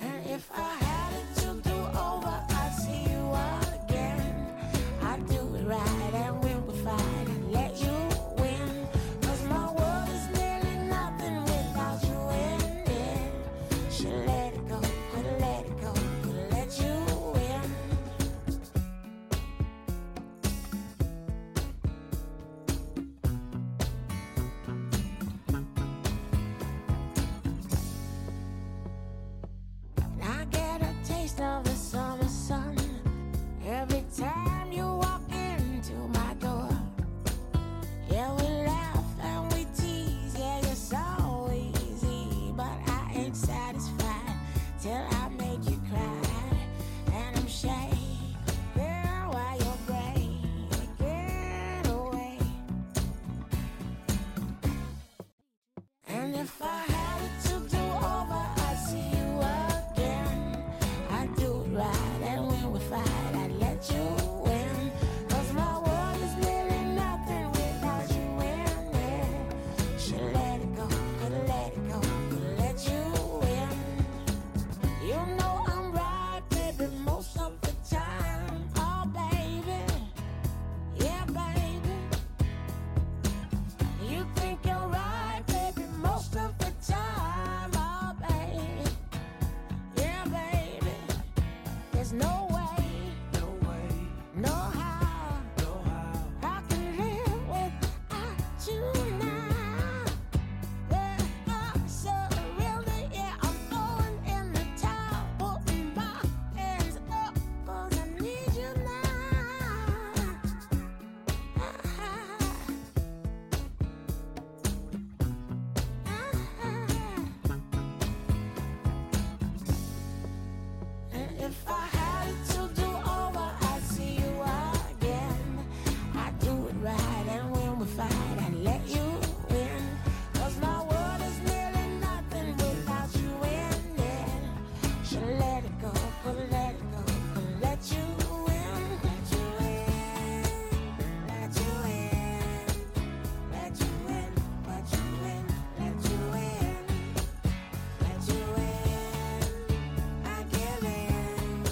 If I had it to do over, I'd see you all again. I'd do it right and we would fight and let you win. Cause my world is nearly nothing without you in it. Should let it go, could let it go, could let you win. I get a taste of the summer sun every time you walk into my door. Yeah, we laugh and we tease. Yeah, you're so easy, but I ain't satisfied till I make you cry. And I'm shaking, girl, while you're breaking away. And if I had it to do over, I'd see you again. I'd do it right, and when we fight, I'd let you win. Cause my world is nearly nothing without you in it. Should let it go, could let it go, could let you win. You know I'm right, baby, most of the time. Oh, baby, yeah, baby. You think you're right, baby, most of the time. Oh, baby. Yeah, baby. There's no way, No way, no how no how. I can live without you now. Yeah, I'm so really, yeah, I'm throwing in the towel, putting my hands up, 'cause I need you Ah, now. And if I had it to do over, I'd see you again. I'd do it right, and when we fight, I'd let you win. Cause my world is nearly nothing without you in it. Should let it go, could let it go, could let you win. Let you win, let you win, let you win, let you win, let you win, let you win. I give in,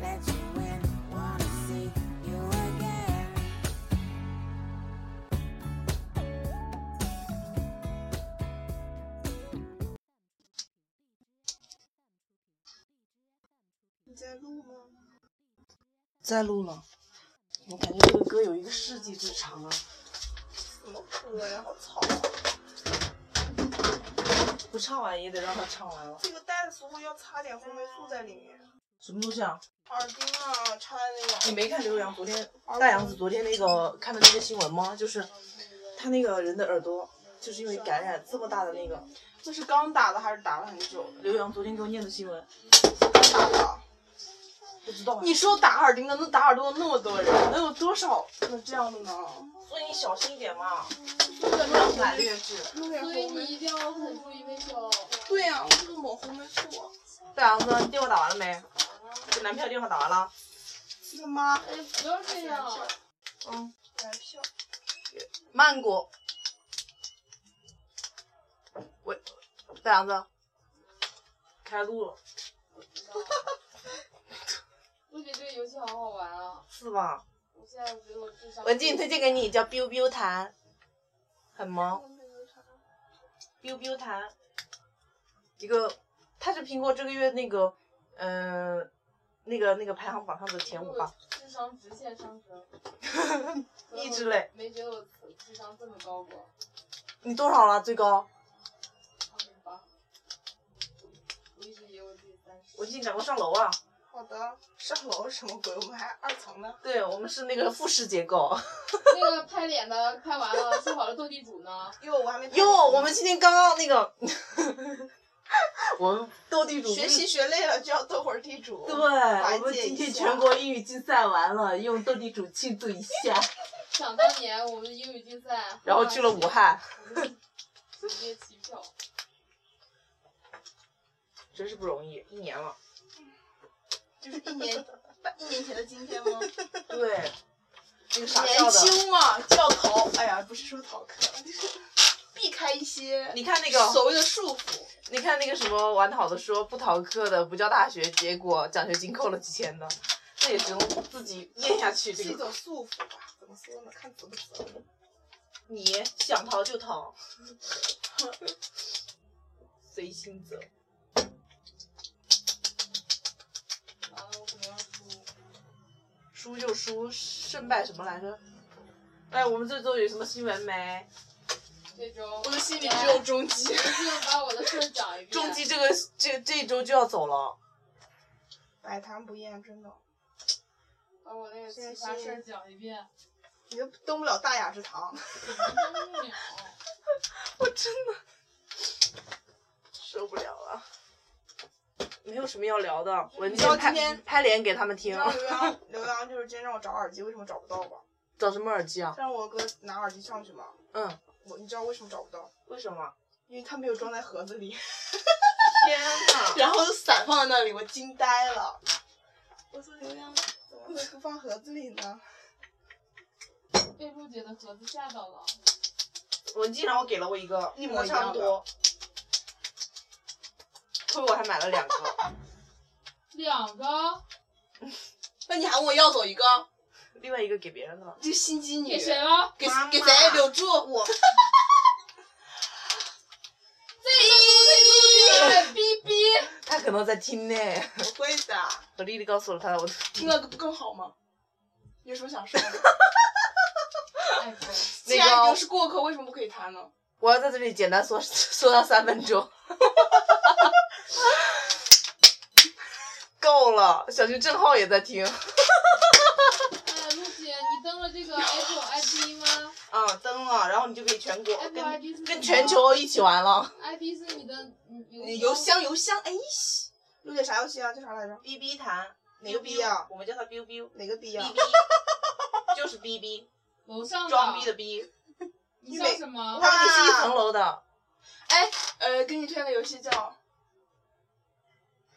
let you win. Wanna see you again. 你在录吗？在录了。我感觉这个歌有一个世纪之长啊！怎么歌呀？好吵！不唱完也得让他唱完了。这个袋子似乎要擦点红霉素在里面，什么东西啊？耳钉啊，插在那你个。没看刘洋昨天大杨子昨天那个看的那个新闻吗？就是他那个人的耳朵，就是因为感染这么大的那个。这是刚打的还是打了很久的？刘洋昨天给我念的新闻，刚打的。不知道啊。你说打耳钉的，那打耳朵的那么多人，能有多少能这样的呢？所以你小心一点嘛。不然劣质。所以你一定要捂住一杯酒。对呀、我这个抹红霉素。大杨子，你电话打完了没？给男票电话打完了。他妈，哎，不要这样，嗯，来票。曼谷。喂，大杨子，开录了，我觉得这个游戏好好玩啊！是吧？我现在觉得我智商。文静推荐给你叫 biu biu 弹，很萌，biu biu 弹，一个，它是苹果这个月那个，嗯、那个那个排行榜上的前五吧。我智商直线上升。 一直嘞，没觉得我智商这么高过。你多少了？最高？二十八。我一直以为我自己三十。文静赶快上楼啊！好的，上楼什么鬼？我们还二层呢。对我们是那 个复式结构。那个拍脸的拍完了，做好了斗地主呢。哟，我还没。哟，我们今天刚刚那个， 我们斗地主学习学累了就要斗会儿地主。对，缓我们解今一天下。全国英语竞赛完了，用斗地主庆祝一下。想当年我们的英语竞赛， 然后去了武，汉，直接起票。真是不容易，一年了。就是一年，一年前的今天吗？对，那个傻笑年的，轻嘛，就要逃。哎呀，不是说逃课，就是避开一些你看那个所谓的束缚。你看那个什么玩的好的说不逃课的不叫大学，结果奖学金扣了几千的，这也只能自己咽下去。是这一个种束缚吧？怎么说呢？看怎么走。 你想逃就逃，随心走。啊，我可能要输。输就输，胜败什么来着？哎，我们这周有什么新闻没？这周我的心里只哎 有终极。就把我的事儿讲 一遍。重击这个这这一周就要走了，百谈不厌，真的，把我那个奇葩事儿讲 一遍。你就登不了大雅之堂。真不了。受不了了。没有什么要聊的，文你知静道拍今天拍脸给他们你听知。道刘洋，刘洋就是今天让我找耳机，为什么找不到吧？找什么耳机啊？让我哥拿耳机上去嘛，嗯，我你知道为什么找不到？为什么？因为他没有装在盒子里，天呐！然后就散放在那里，我惊呆了。我说刘洋，怎么会不放盒子里呢？被璐姐的盒子吓到了。文静让我给了我一个，一模一样差的不多。亏我还买了两个，两个那你还问我要走一个？另外一个给别人了。这心机女给谁了？给妈妈给谁？柳柱， 我这个都是被璐姐哎逼逼。他可能在听呢。不会的，何丽丽告诉了他，我听了不更好吗？有什么想说 的？哎不，既然已经是过客，为什么不可以谈呢？我要在这里简单说说到三分钟， 够了。小心郑浩也在听。哎，璐姐，你登了这个 Apple ID 吗嗯，登了，然后你就可以全国？Apple ID 啊是跟全球一起玩了。 ID 是你的嗯你嗯邮。箱邮箱，哎，录点啥游戏啊？叫啥来着？ B B 谈，哪个 B 啊我们叫他 biu biu，哪个逼啊？逼，就是 B B，楼上的。逼。你叫什么？他们是一层楼的，呃，给你推个游戏叫《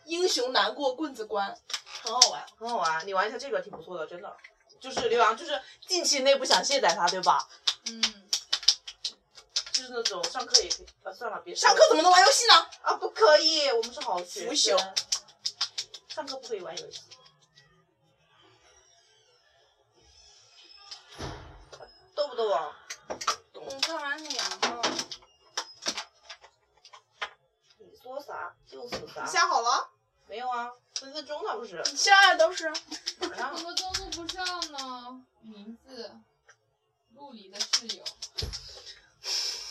英雄难过棍子关》，很好玩。很好玩，你玩一下这个挺不错的，真的。就是刘洋，就是近期内不想卸载它，对吧？嗯，就是那种上课也可以，啊，算了，别上课怎么能玩游戏呢？啊，不可以，我们是好学腐生朽，上课不可以玩游戏。逗不逗啊？嗯，看完你啊。你说啥就是啥你下好了？没有啊，分分钟呢不是？你下的都是马上怎么登录不上呢？名字，陆离的室友。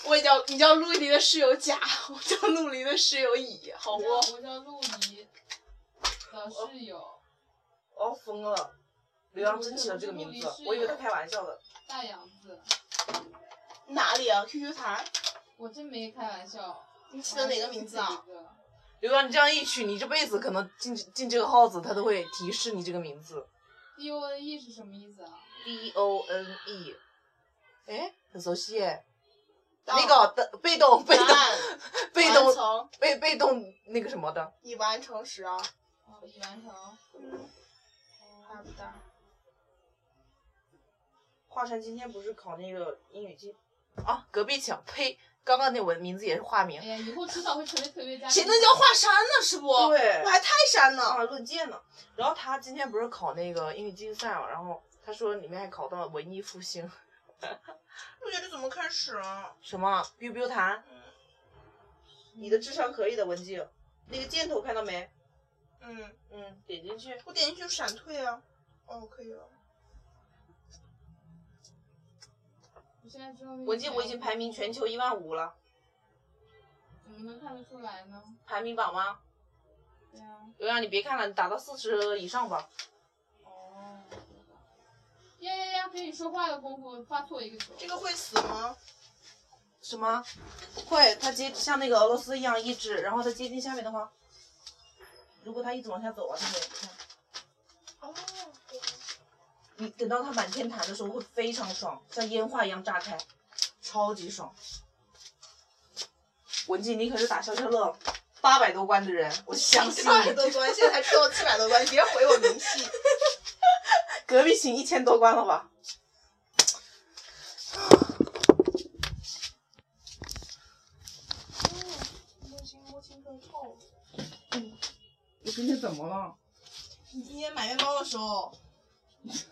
我也叫你叫陆离的室友甲， 我叫陆离的室友乙，好不？我叫陆离的室友我要疯了。刘洋真起了这个名字，我以为他开玩笑的。大杨子，哪里啊？QQ 弹？我真没开玩笑。你起的哪个名字啊？？刘洋，你这样一取，你这辈子可能进进这个号子，他都会提示你这个名字。 D O N E 是什么意思啊？ D O N E，哎，很熟悉哎。到那个的被动被动啊答案被完动成被被动那个什么的，已完成时啊，哦，已完成。嗯还不大。华晨今天不是考那个英语机啊？隔壁墙，呸！刚刚那文名字也是化哎名。呀，以后迟早会成为特约嘉宾。谁能叫华山呢？是不？我对还泰山呢。啊，论剑呢。然后他今天不是考那个英语竞赛嘛，然后他说里面还考到文艺复兴，陆姐，这怎么开始啊？什么 biu biu 弹。你的智商可以的，文静。那个箭头看到没？嗯，嗯，点进去。我点进去就闪退啊。哦，可以了。我现在知道那个文静，我已经排名全球一万五了，怎么能看得出来呢？排名榜吗？对啊呀。刘洋，你别看了，你打到四十以上吧。哦。呀呀呀！跟你说话的功夫发错一个球。这个会死吗？什么？会，它接像那个俄罗斯一样一直，然后它接近下面的话，如果它一直往下走啊，它会你看，哦，你等到它满天弹的时候会非常爽，像烟花一样炸开，超级爽。文静，你可是打消消乐八百多关的人，我相信七百你。多关，现在 才跳到七百多关，你别毁我名气。隔壁行一千多关了吧？摸清摸清更臭。我今天怎么了？你今天买面包的时候，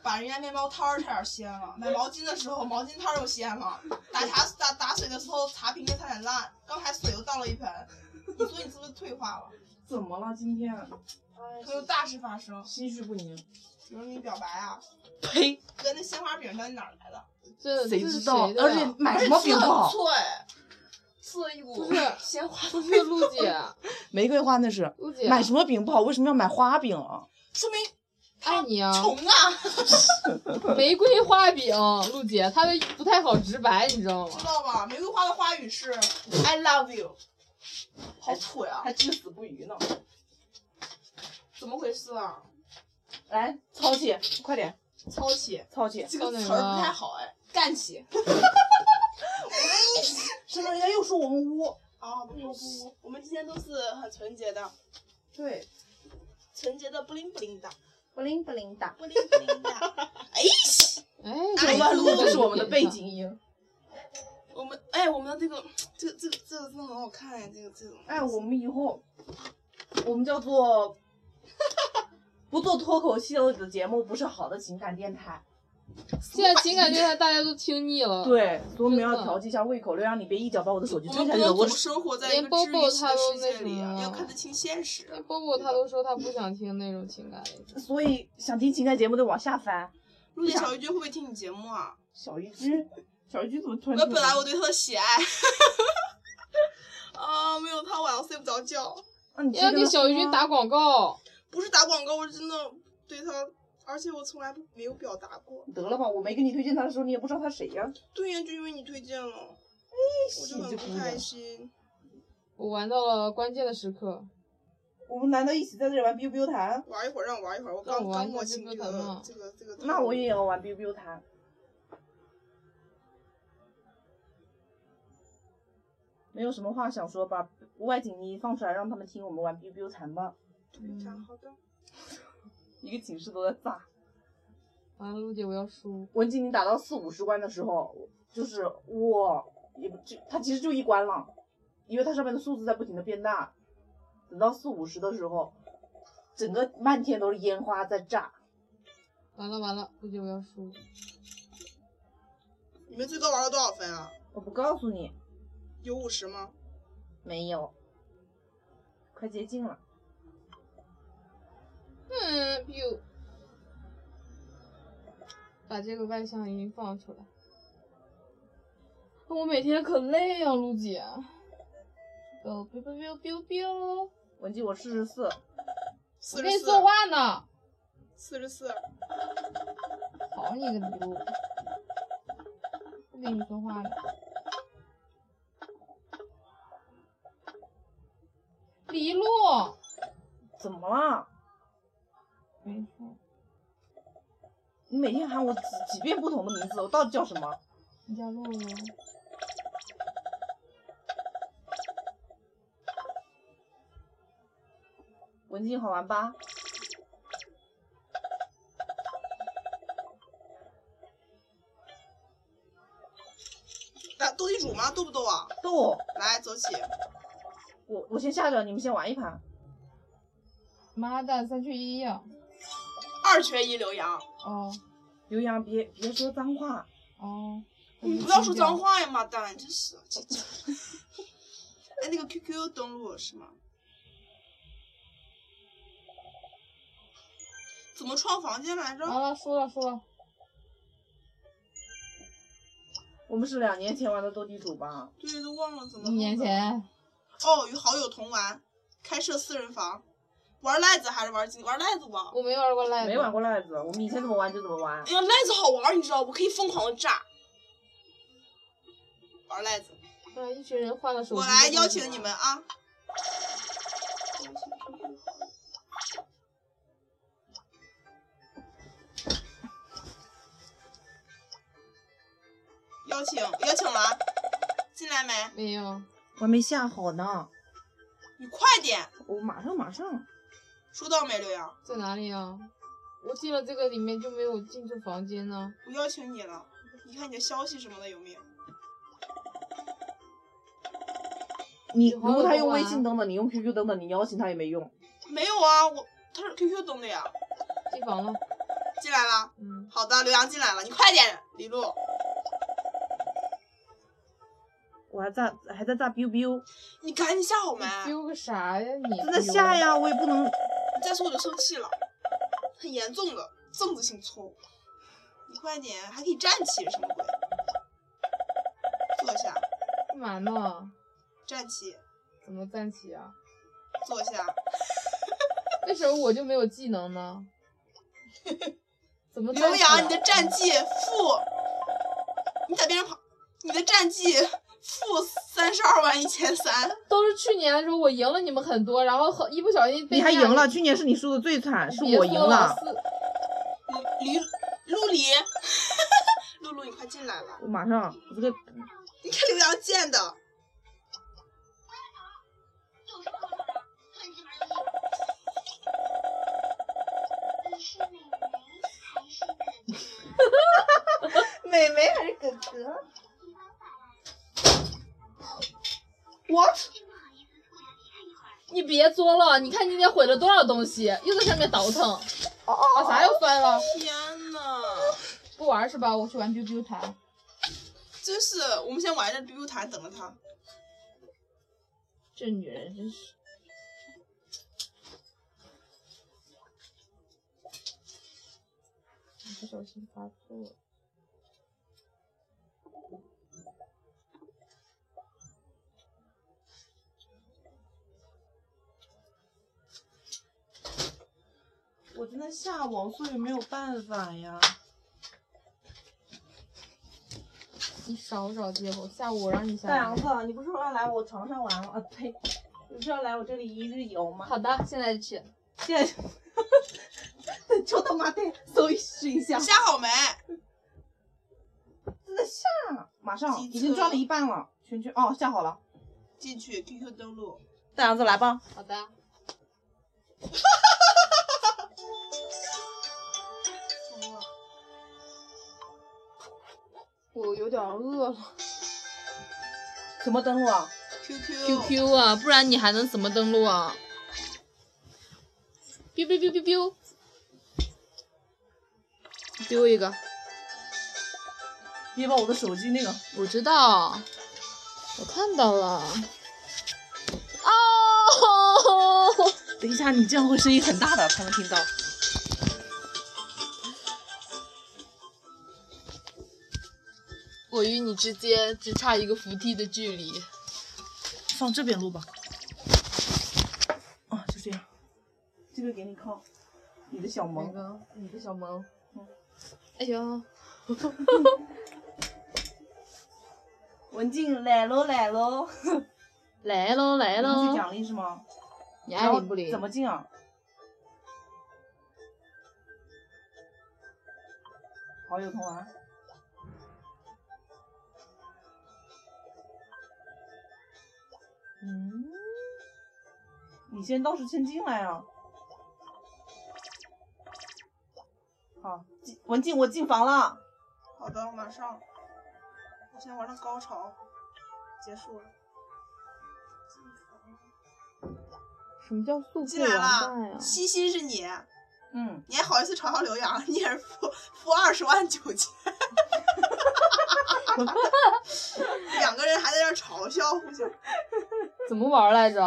把人家面包摊儿差点掀了；买毛巾的时候，毛巾摊儿又掀了；打茶 打打水的时候，茶瓶子差点烂；刚才水又倒了一盆。你说你是不是退化 了？怎么了？今天会有大事发生，心绪不宁。比如你表白啊，呸！跟那鲜花饼到底哪儿来的？这谁这是知道谁？的而呀且买 什么饼不啊好？错哎，刺了一股不是鲜花。不是陆姐， 玫瑰花那是。陆姐买什么饼不好？为什么要买花饼？啊说明爱你啊！穷啊， 玫瑰花饼，陆姐她的不太好直白，你知道吗知？道吧？玫瑰花的花语是 I love you，好土呀、至死不渝呢。怎么回事啊？来，操起，快点，操起，操起！这操个哪词个儿不太好哎，干起。什么？人家又说我们污。啊，不不不，我们今天都是很纯洁的，对，纯洁的不灵不灵的，不灵不灵的。不灵不灵的。哎，好这吧，个录这是我们的背。景音。 我们哎，我们的这个这个这个这个真的很好看哎，这个这种。 哎，我们以后，我们叫 做不做脱口秀的节目，不是好的情感电台。现在情感电台大家都听腻了，对，所以我们真要的调剂一下胃口，让你别一脚把我的手机我推们下不去了。能我总生活在一连个 Bobo 治愈系他的都世那界什里么啊，了要看得清现实。那波波他都说他不想听那种情感类的，所以想听情感节目得往下翻。陆姐小鱼君会不会听你节目啊？小鱼君，小鱼君怎么突然我这么？本来我对他的喜爱， 啊，没有他晚上睡不着觉。啊，你你要给小鱼君打广告，不是打广告，我真的对他，而且我从来不没有表达过。得了吧，我没给你推荐他的时候，你也不知道他谁呀、对呀，就因为你推荐了，哎我就你很这姑不娘开心。我玩到了关键的时刻。我们难道一起在这里玩 biu biu 弹？玩一会儿，让我玩一会儿，我让刚我玩刚一下摸这清个这怎么个这个这个。那我也要玩 biu biu 弹。没有什么话想说吧，屋外景你放出来让他们听我们玩 biu biu 弹吧。对他好的。一个寝室都在炸。完了，陆姐我要输，文静，你打到四五十关的时候，就是哇，也不就它其实就一关了，因为它上面的数字在不停的变大。等到四五十的时候，整个漫天都是烟花在炸。完了完了，陆姐我要输，你们最高玩了多少分啊？我不告诉你，有五十吗？没有，快接近了。嗯，biu，把这个外向音放出来。我每天可累啊，陆姐。biu biu biu biu biu，文静，我四十四，我四给十你四，作画呢。四十四，好你个 biu，不给你说话呢。李璐，怎么了？没错，你每天喊我几几遍不同的名字，我到底叫什么？你叫露露。文静好玩吧？来斗地主吗？斗不斗啊？逗我，来，走起！我我先下掉，你们先玩一盘。妈蛋，三缺一呀、二缺一，刘洋，哦刘洋，别别说脏话。哦，你不要说脏。话呀，妈蛋，真是这这。 哎，那个 QQ 登录是吗？怎么创房间来着？完了，啊输了输了，我们是两年前玩的斗地主吧？对，都忘了怎么。一年。前哦，与好友同玩，开设四人房，玩赖子还是玩金？玩赖子吧。我没玩过赖，没玩。过赖子，我们以前怎么玩就怎么玩哎。呀，赖子好玩，你知道，我可以疯狂的炸。玩赖子，啊，一群人换了手机。我来邀请你们。啊！邀请邀请了，啊进来没？没有，我还没下好呢，你快点，我马上马上。收到没，刘洋？在哪里啊？我进了这个里面就没有进这房间呢。我邀请你了，你看你的消息什么的有没有？你以如后果他的用微话信登的，你用 QQ 登的，你邀请他也没用。没有啊，我他是 QQ 登的呀。进房了，啊进来了，嗯，好的，刘洋进来了，你快点，李璐。我还在还在炸 biu biu，你赶紧下好没？丢个啥呀你？真的下！呀，我也不能。你再说我就生气了，很严重的政治性错误。你快点，还可以站起，什么鬼？坐下，干嘛呢？站起，怎么站起啊？坐下。为什么我就没有技能呢？ 怎么站刘起啊？洋，你的战绩负，你咋变成跑？你的战绩负三十二万一千三，都是去年的时候我赢了你们很多，然后很一不小心被你还那赢样了，，去年是你输的最惨，是别我赢说了了。。四嗯李 陆离，露露，你快进来了。我马上，我这个你看刘洋贱的， 美眉还是哥哥？ what？你别作了，你看你今天毁了多少东西，又在上面倒腾，把啥又摔了？天呐，不玩是吧？我去玩 biu biu 弹，真是，我们先玩着 BB 弹，等着他。这女人真是。你 不小心发错了，我真的下网，所以没有办法呀。你少找借口。下啊午我让你下大来杨。子，你不是说要来我床上玩吗？ 啊，呸！你不是要来我这里一日游吗？好的，现在去。 现在就，就他妈的搜一试一下，下好没？真的下，马上机已经车转了一半了，圈圈哦下好了。进去 QQ 登录。大杨子来吧。好的。我有点饿了。什么登录啊？ QQ。 QQ 啊，不然你还能怎么登录啊？biu biu biu biu biu，丢一个，别把我的手机那个。我知道，我看到了。哦， 等一下，你这样会声音很大的，他们听到。我与你之间只差一个扶梯的距离。放这边录吧。啊，就这样。这个给你靠，你的小萌。个，你的小萌。哎呦，文静来喽来喽。来喽你来去喽！奖励是吗？你然爱后理不理？怎么进啊？好友同玩。嗯，你先倒是先进来啊。好，进文静，我进房了。好的，马上。我现在玩上高潮，结束了。什么叫速进来啊了，西西是你，嗯，你还好意思嘲笑刘洋？啊你也是负负二十万九千。两个人还在这儿嘲笑互相。怎么玩来着？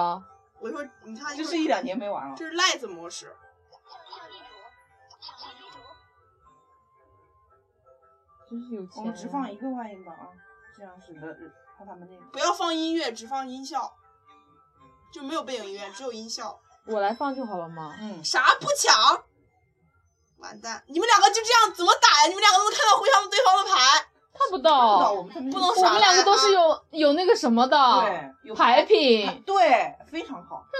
我说，你看，这就是一两年没玩了这。是赖子模式。真是有我钱啊们只放一个外音吧啊，这样省得怕他们那个。不要放音乐，只放音效，就没有背景音乐，只有音效。我来放就好了嘛。嗯，啥不抢？完蛋！你们两个就这样怎么打呀？你们两个都能看到互相对方的牌，看不到到，我们他们不能我耍们两个赖都是啊有有那个什么的对，有牌牌品。嗯对，非常好。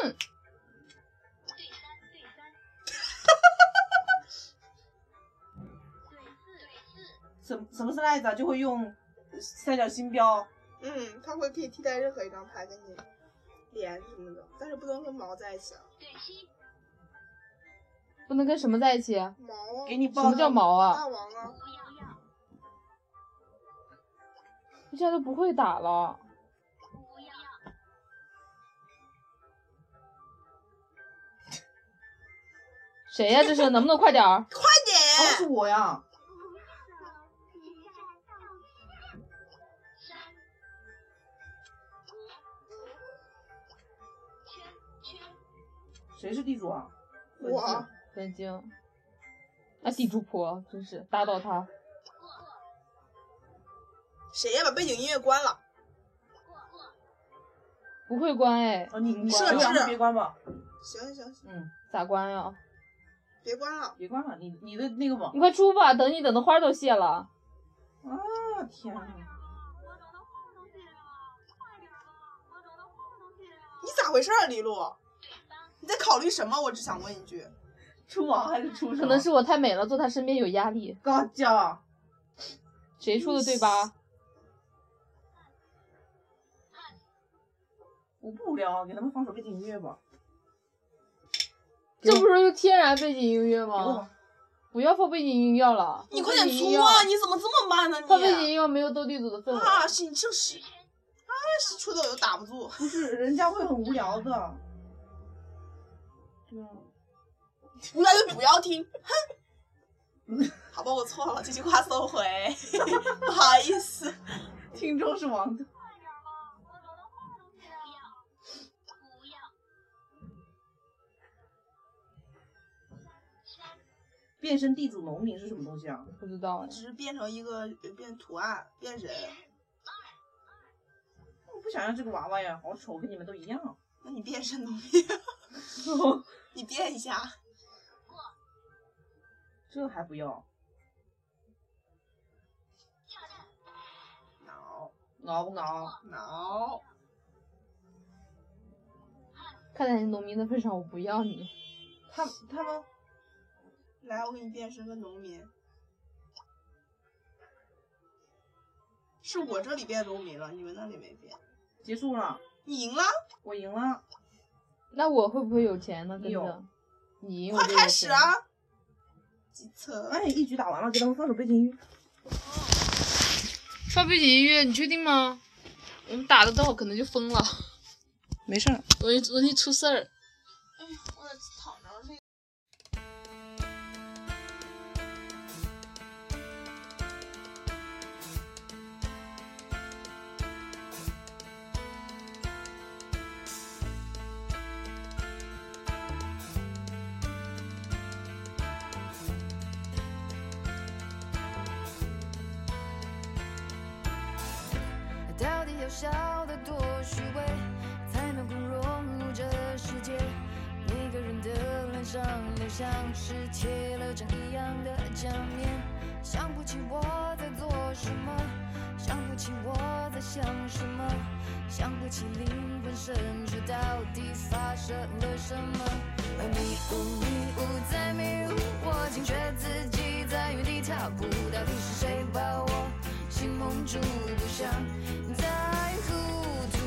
什什么是赖子啊？就会用三角星标，嗯，它会可以替代任何一张牌跟你连什么的，但是不能跟毛在一起啊。不能跟什么在一起？什毛啊给你报么叫毛啊？大王啊，我现在都不会打了。谁呀、这是能不能快点儿？快哦，是点！我呀，谁是地主啊？我北京，啊，地主婆真是打倒他！谁呀？把背景音乐关了。不会关哎，哦，你你设关吧置别关吧，行行行，嗯，咋关呀、别关了。别关了，你你的那个网哦你快出吧，等你等的花儿都谢了。啊，天呐，你咋回事啊，李璐？你在考虑什么？我只想问一句。出网还是出什么？可能是我太美了，坐他身边有压力。高教，谁说的对吧？我不无聊，给他们放首背景音乐吧。嗯这不是天然背景音乐给我吗吧？不要放背景音乐了，啊你快点出放背景音乐啊！！你怎么这么慢呢？放背景你音乐没有斗地主的氛围。啊，是你这是啊，是出的我又打不住。不是，人家会很无聊的。对啊，无聊就不要听，哼。好吧，我错了，这句话收回，不好意思。听众是王的。变身地主农民是什么东西啊？不知道哎，只是变成一个变图案变人，我不想要这个娃娃呀，好丑，跟你们都一样。 那你变身农民，你变一下。这还不要？挠熬不熬？挠，看在你农民的份上，我不要你。他他们来，我给你变身个农民。是我这里变农民了，你们那里没变。结束了，你赢了，我赢了。那我会不会有钱呢？跟着有你赢我快就有开始钱。啊！计策，哎，一局打完了，给他们放首背景音乐。放背景音乐，你确定吗？我们打的到可能就疯了，没事儿。容易容易出事儿。我躺着累。到底要笑得多虚伪，才能够融入这世界？每个人的脸上都像是贴了张一样的假面，想不起我在做什么，想不起我在想什么，想不起灵魂深处到底发生了什么。而迷雾，迷雾在迷雾，我惊觉自己在原地踏步，到底是谁把我心蒙住？不想再糊涂，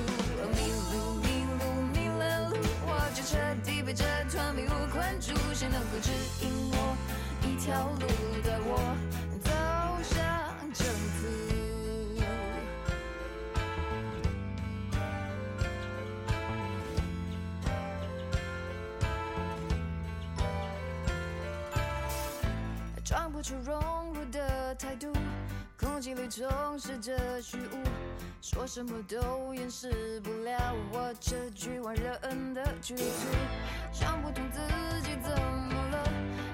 而迷路，迷路，迷了路，我就彻底被这团迷雾困住，谁能够指引我一条路，带我走向征途？装不出融入的态度，空气里充斥着虚无，说什么都掩饰不了我这局外人的局促。想不通自己怎么了，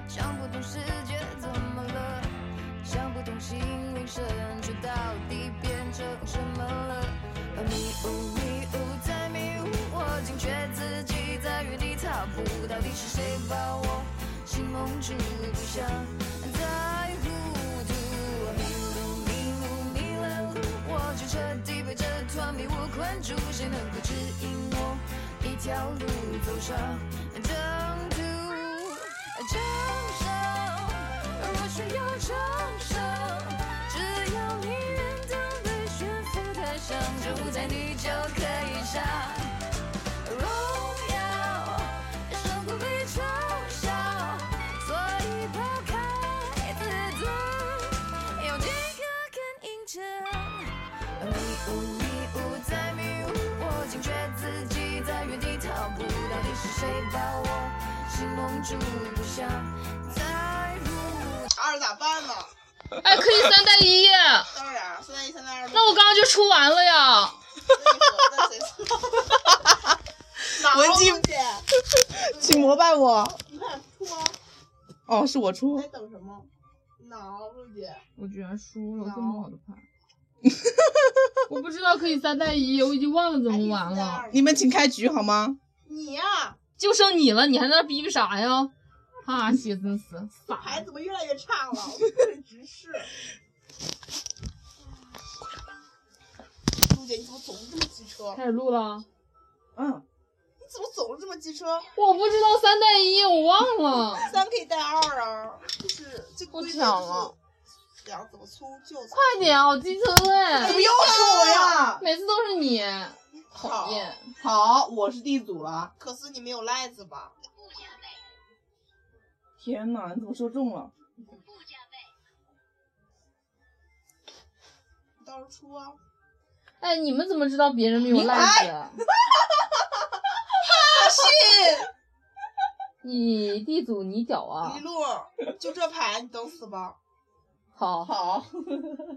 想不通世界怎么了，想不通心灵深处到底变成什么了。而迷雾，迷雾在迷雾，我惊觉自己在原地踏步，到底是谁把我？心蒙住，不想再糊涂。迷路，迷路，迷了路，我就彻底被这团迷雾困住。谁能够指引我一条路，走上征途？承受，我需要承受。只要你愿当被悬浮台上，就舞台你就可以上。荣耀，胜过被嘲笑，所以抛开自尊，要饥渴跟迎着。迷雾，迷雾在迷雾，我惊觉自己在原地踏步，到底是谁把我心蒙梦住不想再入。二咋办呢？哎，可以三带一，当然，啊三三一三三二。那我刚刚就出完了呀。那你说那谁错？ 文静姐，请膜拜我。你快点出啊！哦，是我出你在。等什么？挠不姐，我居然输了这么好的 牌。我不知道可以三带一，我已经忘了怎么玩了。哎？你们请开局好吗？你呀，就剩你了，你还在那逼逼啥呀？哈西真是傻。牌怎么越来越差了？我不忍直视。陆姐，你怎么总是这么机车？开始录了，啊嗯，你怎么总是这么机车？我不知道三带一，我忘了。三可以带二啊，就是这规则抢了就是两怎么粗就怎么啊快点，啊我机车哎，又是我呀！每次都是你，粗讨。厌。好，我是地主了。可是你没有赖子吧？天哪，你怎么说中了？你到时候出啊！哎，你们怎么知道别人没有赖子？啊你地主你屌啊一！路就这牌，你等死吧！好，好，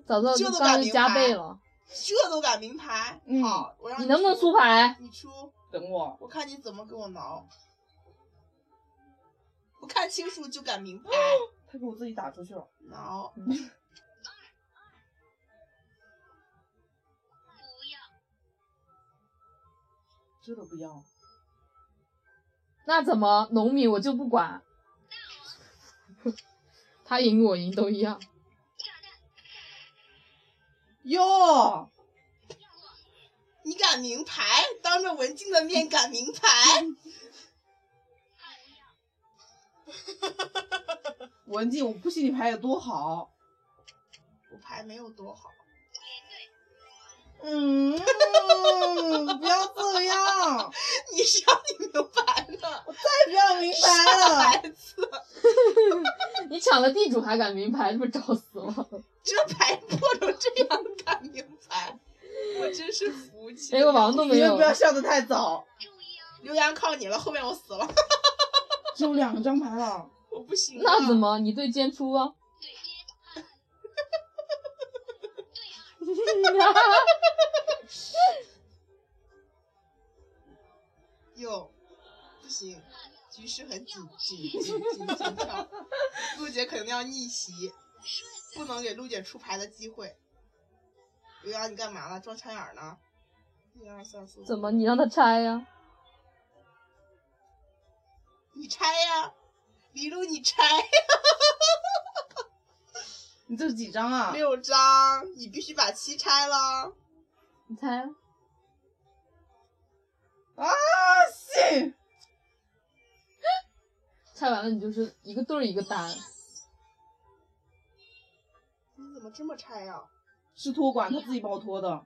早知道这就都敢刚才就明加白倍了。这都敢明牌，嗯好，我让你能不能出？牌？你出，等我。我看你怎么给我挠！我看清楚就敢明牌 他给我自己打出去了。挠！这都不要。那怎么农民我就不管？ 他赢我赢都一样。哟，你敢明牌？当着文静的面敢明牌？文静，我不信你牌有多好。我牌没有多好， 嗯，不要这样，你是让你明白了。太不要明白了。你抢了地主还敢明牌，这不找死了？这牌破成这样，敢明白？我真是服气。连个王都没你们有不。要笑得太早。刘洋靠你了，后面我死了，只有两张牌了，我不行了。那怎？么？你对奸出啊？ 哟，不行，局势很紧紧紧紧紧张，陆姐肯定要逆袭，不能给陆姐出牌的机会。刘洋，你干嘛了？装枪眼儿呢？一二三四，怎么？你让他拆啊呀、你拆呀，李璐，你拆你这是几张啊？六张，你必须把七拆了。你拆呀、啊，信。拆完了你就是一个对儿一个单。你怎么这么拆呀、是托管，他自己帮我托的。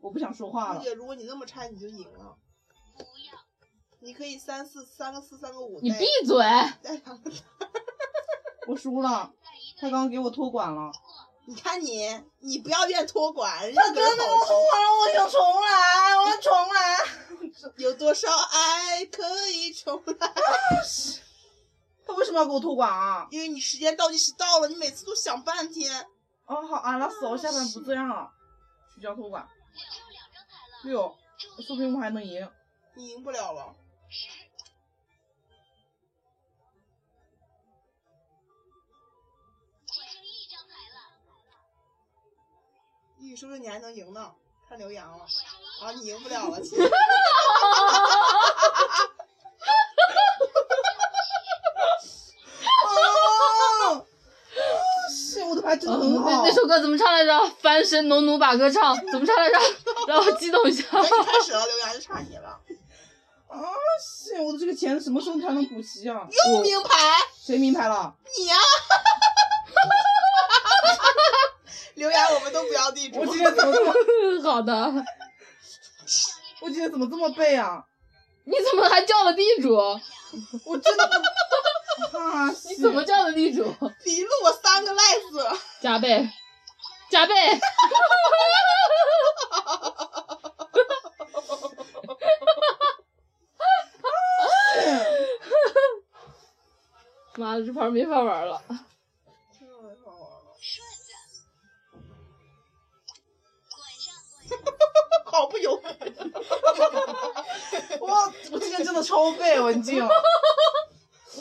我不想说话陆了。姐，如果你那么拆，你就赢了。你可以三四三个四三个五，你带闭嘴！带两个。我输了，他刚刚给我托管了。 你看你，你不要愿托管，人家真的我我想重来，我要重来。有多少爱可以重来？他为什么要给我托管啊？因为你时间倒计时到了，你每次都想半天。哦，好啊，那死我下盘不这样了，取消托管。六，说不定我还能赢。你赢不了了。你说不定你还能赢呢，看刘洋了啊！你赢不了了，亲哦，是我的哎牌真的很那好那。首歌怎么唱来着？翻身农奴把歌唱，怎么唱来着？让我激动一下。 那你开始了，刘洋就差你 了。啊，是我的这个钱什么时候才能补齐啊？又名牌，谁明牌了？你呀、刘洋，我们都不要地主我。今天怎么 这么， 好的，我今天怎么这么背啊？你怎么还叫了地主？我真的不， 啊，你是怎么叫的地主？ 一路啊我三个赖子，加倍，加倍！妈的，这盘没法玩了。真的没法玩了。好不友好。我我今天真的超背啊文静，我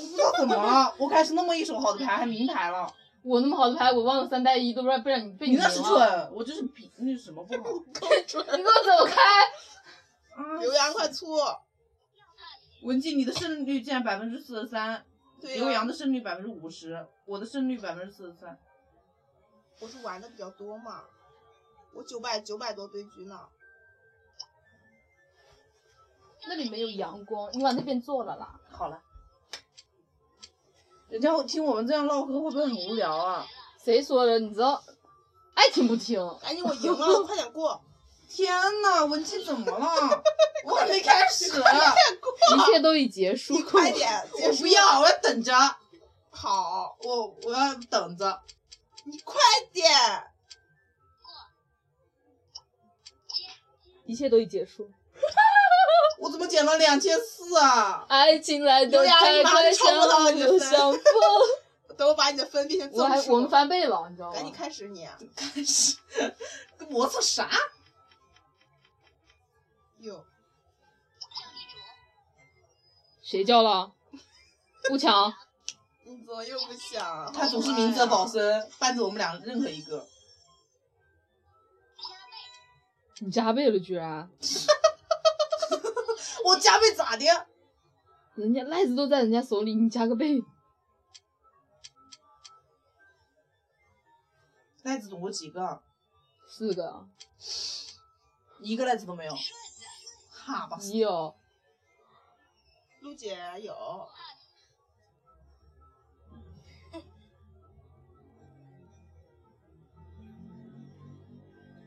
不知道怎么了，我开始那么一手好的牌，还明牌了。我那么好的牌，我忘了三带一，都不让不让你被你赢那是了。蠢，我就是比那什么不好。你给我走开！啊刘洋快出！文静，你的胜率竟然百分之四十三，对呀刘洋的胜率百分之五十，我的胜率百分之四十三。我是玩的比较多嘛，我九百九百多对局呢。那里没有阳光，你往那边坐了啦。好了，人家会听我们这样唠嗑会不会很无聊啊？谁说的？你知道，爱听不听。赶哎紧我赢 了，快点过！天呐，文静怎么了？我还没开始，一切都已结束。你快点 结我束！不要，我要等着，好，我我要等着。你快点！一切都已结束。我怎么减了两千四啊？爱情来刘的洋你太马上快，就超过到了相你遇的又分相逢。 等我把你的分变成我还增我们数，翻倍了，你知道吗？赶紧开始你。开始，跟磨蹭啥？哟，谁叫了？不抢，你怎么又不想？他总是明哦哲保身，扳着我们俩任何一个。你加倍了居然！我加倍咋的？人家赖子都在人家手里，你加个倍。赖子总共几个？四个啊，一个赖子都没有。哈巴一哦，陆姐有，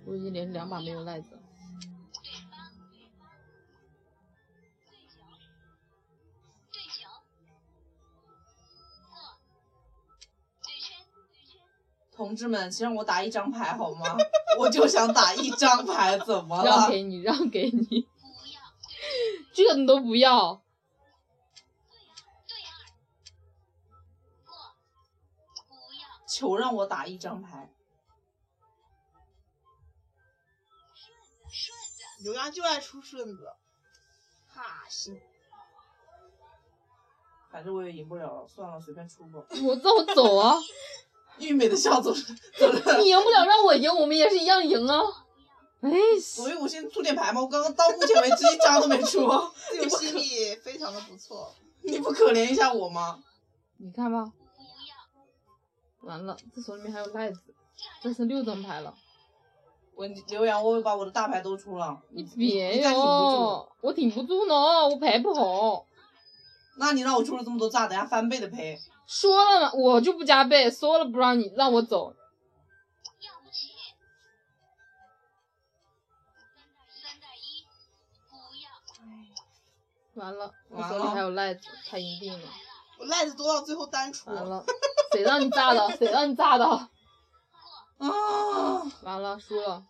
我已经连两把没有赖子了。同志们，请让我打一张牌好吗？ 我就想打一张牌，怎么让了？给你，让给你。这个你都不要，求让我打一张牌。刘洋就爱出顺子，哈行，反正我也赢不了，算了，随便出吧。我让我走 啊！玉美的笑走 走了。你赢不了，让我赢，我们也是一样赢啊！哎，所以我先出点牌嘛，我刚刚到目前为止一张都没出， 自由心理非常的不错。你不可怜一下我吗？你看吧，完了，这手里面还有赖子，这是六张牌了。我刘洋，我把我的大牌都出了，你你别再哟挺不，我挺不住呢，我牌不好。那你让我出了这么多炸，等下翻倍的赔。说了嘛，我就不加倍，说了不让你让我走。完了，我手里还有赖子，他赢定了。我赖子都到最后单出，完了，谁让你炸 的？谁让你炸的？哦啊！完了，输了，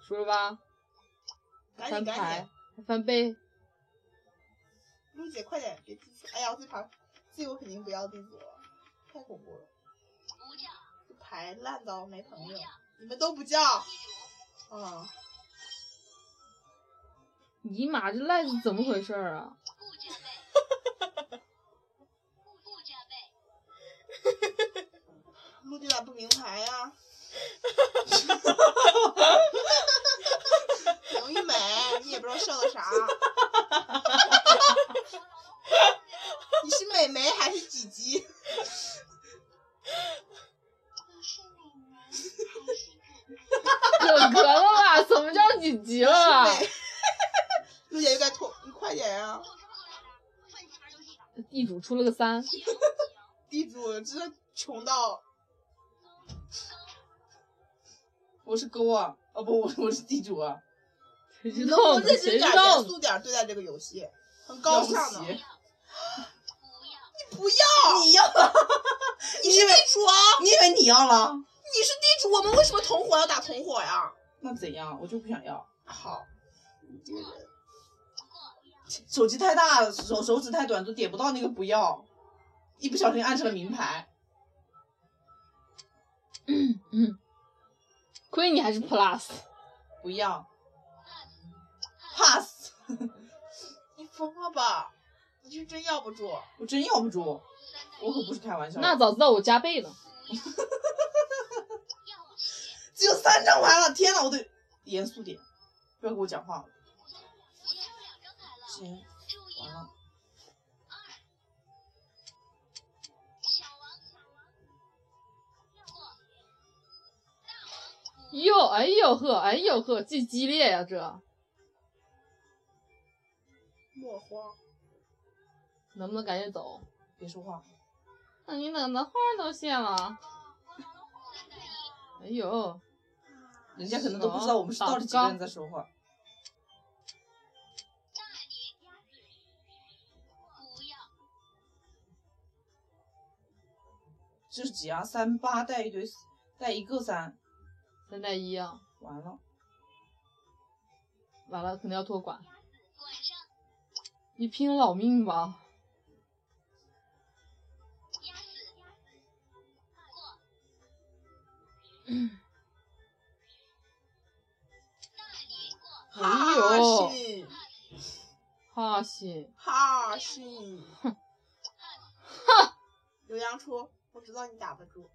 输了吧？赶紧翻赶紧牌，，翻倍，陆姐快点别记错。哎呀，我这盘这我肯定不要地主了，太恐怖了。这牌烂到没朋友，你们都不叫。啊，尼玛，这赖子怎么回事儿啊？陆姐咋不明牌呀、 刘一美，你也不知道笑的啥。 你是美眉还是几级？ 哥哥了吧？什么叫几级了？啊美。陆姐又该脱，你快点呀、地主出了个三，地主真的穷到我是勾啊，哦不，我我是地主啊，谁你知能道不能？呢认谁真点知儿、道严呢？肃点儿对待这个游戏？很高要尚不的。起不要，你要了，你是地主啊，你以为你要了？你是地主，我们为什么同伙要打同伙呀？那怎样？我就不想要。好，你这个人手机太大了，手手指太短，都点不到那个不要。一不小心按上了名牌。嗯，亏你还是 Plus。不要，pass。你疯了吧？你是真要不住。我真要不住，我可不是开玩笑。那早知道我加倍了。只有三张牌了，天呐，我得严肃点，不要跟我讲话了。行，完了。哟，哎呦呵，哎呦呵，最激烈呀、这莫慌，能不能赶紧走？别说话，那你等的花都谢了。哎呦，人家可能都不知道我们是到底几个人在说话。这是几啊？三八带一堆，带一个三，三带一啊，完了，完了肯定要托管。你拼老命吧。哎呦，信，哈西，哈信。刘洋出，我知道你打得住。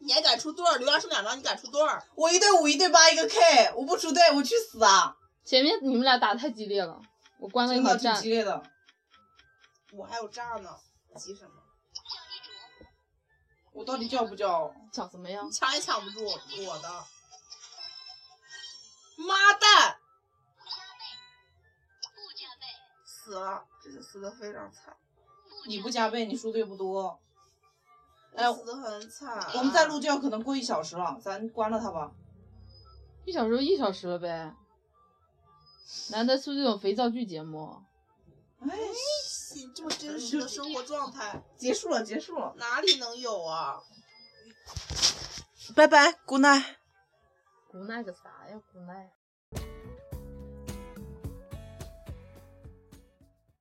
你还敢出对儿？刘洋出两张，你敢出对儿？我一对五，一对八，一个 K，我不出队，我去死啊！前面你们俩打得太激烈了，我关了一真会儿的挺站激。烈的，我还有炸呢，急什么？我到底叫不叫？抢怎么样你？抢也抢不住我的。妈蛋！死了，这次死的非常惨，你不加倍，你输的又不多。哎，死的很惨。我们再录，这要可能过一小时了，咱关了它吧。一小时就一小时了呗，难得出这种肥皂剧节目。哎，信这么真实的生活状态，结束了，结束了。哪里能有啊？拜拜，Good night。无奈个啥呀？无奈。